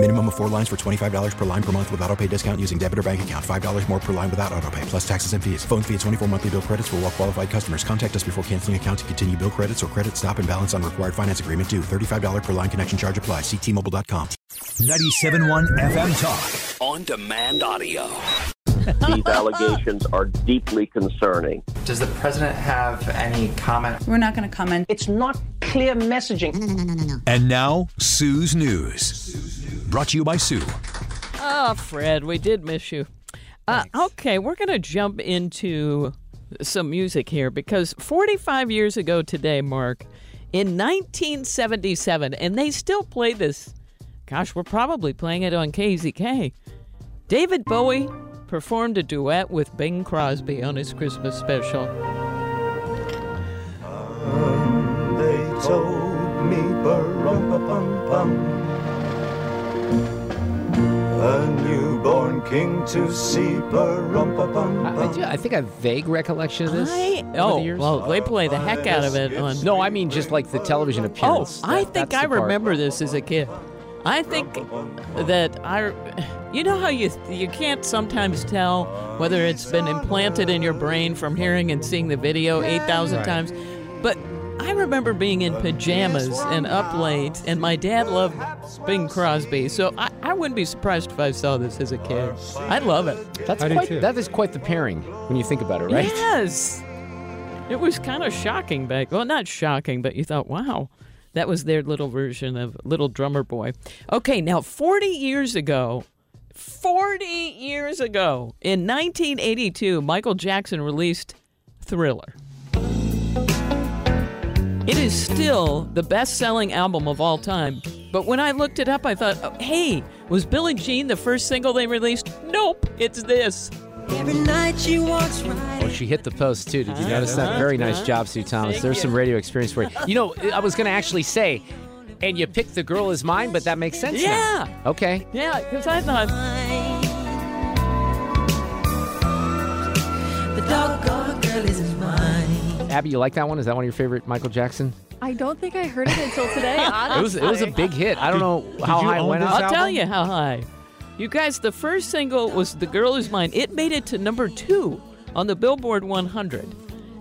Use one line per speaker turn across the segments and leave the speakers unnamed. Minimum of four lines for $25 per line per month with auto pay discount using debit or bank account. $5 more per line without auto pay, plus taxes and fees. Phone fee at 24 monthly bill credits for all well qualified customers. Contact us before canceling account to continue bill credits or credit stop and balance on required finance agreement due. $35 per line connection charge apply. Ctmobile.com.
97.1 FM Talk.
On demand audio.
These allegations are deeply concerning.
Does the president have any comment?
We're not going to comment.
It's not clear messaging.
No, no, no, no, no, no.
And now, Sue's News. Brought to you by Sue.
Oh, Fred, we did miss you. Uh, okay, we're going to jump into some music here because 45 years ago today, Mark, in 1977, and they still play this. Gosh, we're probably playing it on KZK. David Bowie performed a duet with Bing Crosby on his Christmas special.
And they told me, a newborn king to see,
I, I, do- I think I have vague recollection of this.
I,
over the
oh,
years.
well, they play the heck out of it on.
No, I mean just like the television
Oh,
appearance.
I
That-
think
that's
I
the part.
remember this as a kid. I think that I, you know how you you can't sometimes tell whether it's been implanted in your brain from hearing and seeing the video eight thousand
Right.
times, but I remember being in pajamas and up late, and my dad loved Bing Crosby, so I, I wouldn't be surprised if I saw this as a kid. I love it.
That's
I do
quite,
too.
that is quite the pairing when you think about it, right?
Yes. It was kind of shocking back. Well, not shocking, but you thought, wow, that was their little version of Little Drummer Boy. Okay, now 40 years ago, 40 years ago, in 1982, Michael Jackson released Thriller. It is still the best selling album of all time. But when I looked it up, I thought, oh, hey, was Billie Jean the first single they released? Nope, it's this.
Every night she walks
Well, she hit the post too. Did you notice that? Very nice job, Sue Thomas.
Thank
There's
you.
some radio experience for you. You know, I was going to actually say, and you picked the girl is mine, but that makes sense. now. Okay.
Yeah, because I thought.
The doggone girl is mine.
Abby, you like that one? Is that one of your favorite Michael Jackson?
I don't think I heard it until today.
It was it was a big hit. I don't know how high it went up.
I'll tell you how high. You guys, the first single was "The Girl Is Mine." It made it to number two on the Billboard 100,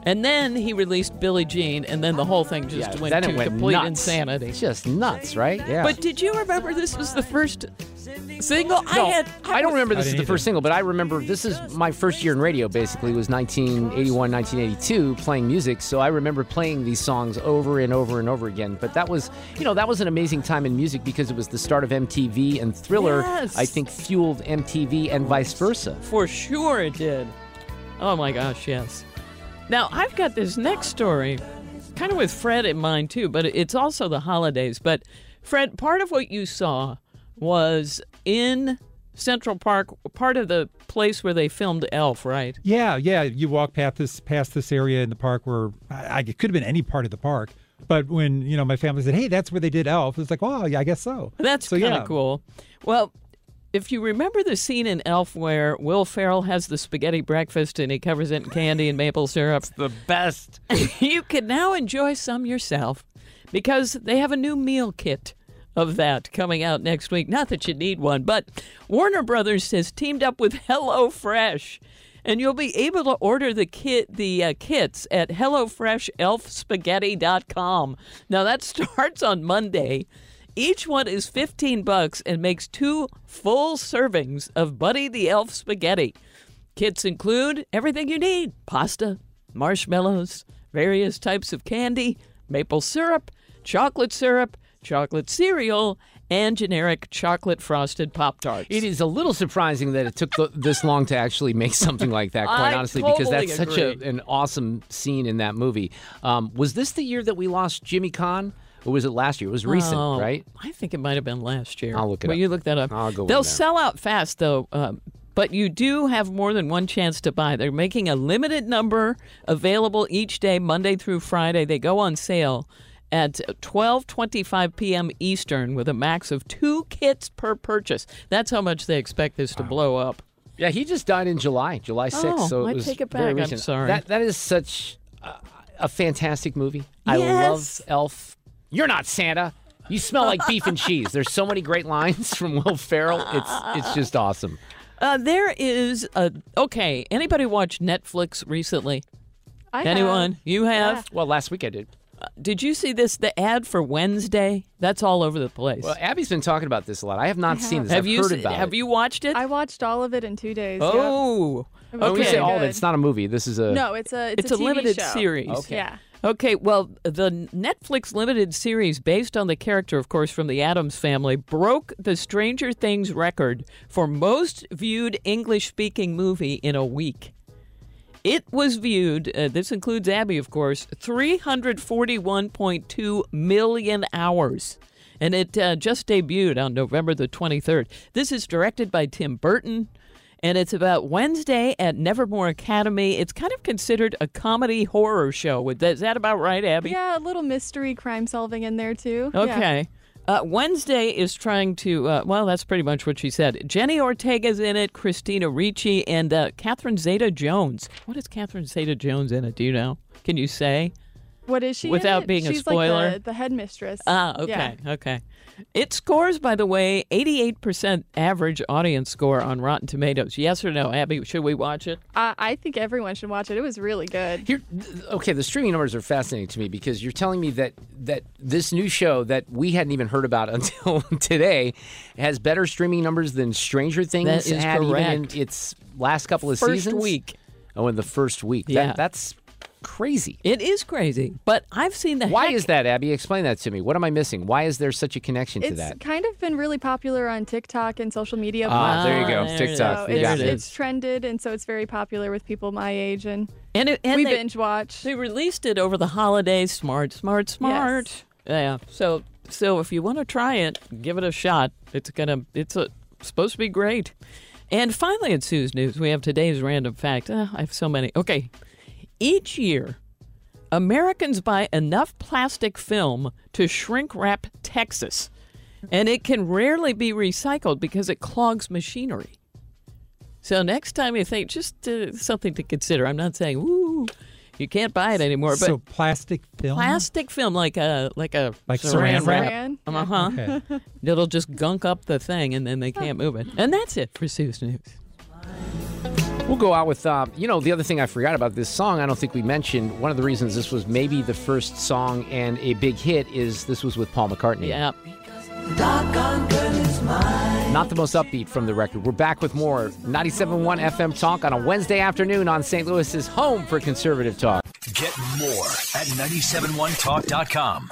and then he released "Billie Jean," and then the whole thing just
Yeah,
went
then
to
it went
complete
nuts.
insanity.
Just nuts, right? Yeah.
But did you remember this was the first single? I
No,
had.
I don't remember
was-
this is the first single, but I remember this is my first year in radio basically was 1981, 1982 playing music, so I remember playing these songs over and over and over again. But that was, you know, that was an amazing time in music because it was the start of MTV and Thriller
Yes.
I think fueled MTV and vice versa.
For sure it did. Oh my gosh, yes. Now, I've got this next story, kind of with Fred in mind too, but it's also the holidays. But, Fred, part of what you saw was in Central Park, part of the place where they filmed Elf, right?
Yeah, yeah. You walk past this past this area in the park where I, I it could have been any part of the park, but when you know my family said, "Hey, that's where they did Elf," it's like, "Oh, yeah, I guess so."
That's
So,
kind of
yeah.
cool. Well, if you remember the scene in Elf where Will Ferrell has the spaghetti breakfast and he covers it in candy and maple syrup,
the best.
you can now enjoy some yourself because they have a new meal kit of that coming out next week. Not that you need one, but Warner Brothers has teamed up with HelloFresh. And you'll be able to order the kit, the uh, kits at HelloFreshElfSpaghetti.com. Now that starts on Monday. Each one is 15 bucks and makes two full servings of Buddy the Elf spaghetti. Kits include everything you need pasta, marshmallows, various types of candy, maple syrup, chocolate syrup, chocolate cereal, and generic chocolate frosted Pop Tarts.
It is a little surprising that it took the, this long to actually make something like that, quite
I
honestly, because
totally
that's such a,
agree.
an awesome scene in that movie. Um, was this the year that we lost Jimmy Kahn? Or was it last year? It was recent,
Oh,
right?
I think it might have been last year.
I'll look it
Will
up.
you look that up?
I'll go in
They'll
there.
sell out fast, though. Uh, but you do have more than one chance to buy. They're making a limited number available each day, Monday through Friday. They go on sale at 12:25 p.m. Eastern with a max of 2 kits per purchase. That's how much they expect this to blow up.
Yeah, he just died in July, July 6th.
Oh,
so it
I
was
take it
very
back. I'm
recent.
sorry.
That, that is such a, a fantastic movie. I
Yes.
love Elf. You're not Santa. You smell like beef and cheese. There's so many great lines from Will Ferrell. It's it's just awesome.
Uh, there is a okay. Anybody watch Netflix recently?
I have.
Anyone? You have?
Yeah. Well, last week I did.
Uh, did you see this? The ad for Wednesday. That's all over the place.
Well, Abby's been talking about this a lot. I have not seen this.
Have
I've
you
heard
se-
about
have
it.
you watched it?
I watched all of it in two days. yep.
Oh,
It was
When we
okay.
say all of it, it's not a movie. This is a
No, it's a it's,
It's,
a,
a,
TV
limited
show.
series.
Yeah.
Okay, well, the Netflix limited series, based on the character, of course, from the Adams family, broke the Stranger Things record for most viewed English speaking movie in a week. It was viewed, uh, this includes Abby, of course, 341.2 million hours. And it uh, just debuted on November the 23rd. This is directed by Tim Burton, and it's about Wednesday at Nevermore Academy. It's kind of considered a comedy horror show. Would- Is that about right, Abby?
Yeah, a little mystery crime solving in there too. Yeah.
Okay. Uh, Wednesday is trying to, uh, well, that's pretty much what she said. Jenny Ortega's in it, Christina Ricci, and uh, Catherine Zeta Jones. What is Catherine Zeta Jones in it? Do you know? Can you say?
What is she? in
Without
it?
being a
She's
spoiler.
like the, the headmistress.
Ah,
Yeah.
okay, okay. It scores, by the way, 88% average audience score on Rotten Tomatoes. Yes or no, Abby? Should we watch it?
I, I think everyone should watch it. It was really good.
Here, th- okay, the streaming numbers are fascinating to me because you're telling me that that this new show that we hadn't even heard about until today has better streaming numbers than Stranger Things
That is
had
correct.
even in its last couple of
First
seasons.
week.
Oh, in the first week. That-
Yeah.
that's crazy.
It is crazy, but I've seen the.
Why is that, Abby? Explain that to me. What am I missing? Why is there such a connection to
It's
that?
kind of been really popular on TikTok and social media.
Ah, there you go.
platforms. So
TikTok. You
it's,
got it.
it's trended, and so it's very popular with people my age. And
And, it, and
we
they-
binge watch.
They released it over the holidays. Smart, smart, smart. Yeah. So so if you want to try it, give it a shot. It's gonna it's a, supposed to be great. And finally, at Sue's News, we have today's random fact. Uh, I have so many. Okay, each year. Americans buy enough plastic film to shrink wrap Texas, and it can rarely be recycled because it clogs machinery. So next time you think, just uh, something to consider. I'm not saying, "Woo, you can't buy it anymore," but
so plastic film.
plastic film, like a like a
Like
saran,
saran wrap?
wrap, uh huh. It'll just gunk up the thing, and then they can't move it. And that's it for Sue's news.
We'll go out with, um, you know, the other thing I forgot about this song, I don't think we mentioned. One of the reasons this was maybe the first song and a big hit is this was with Paul McCartney.
Yeah.
Doggone girl is mine.
Not the most upbeat from the record. We're back with more 97.1 FM Talk on a Wednesday afternoon on St. Louis's home for conservative talk.
Get more at 971talk.com.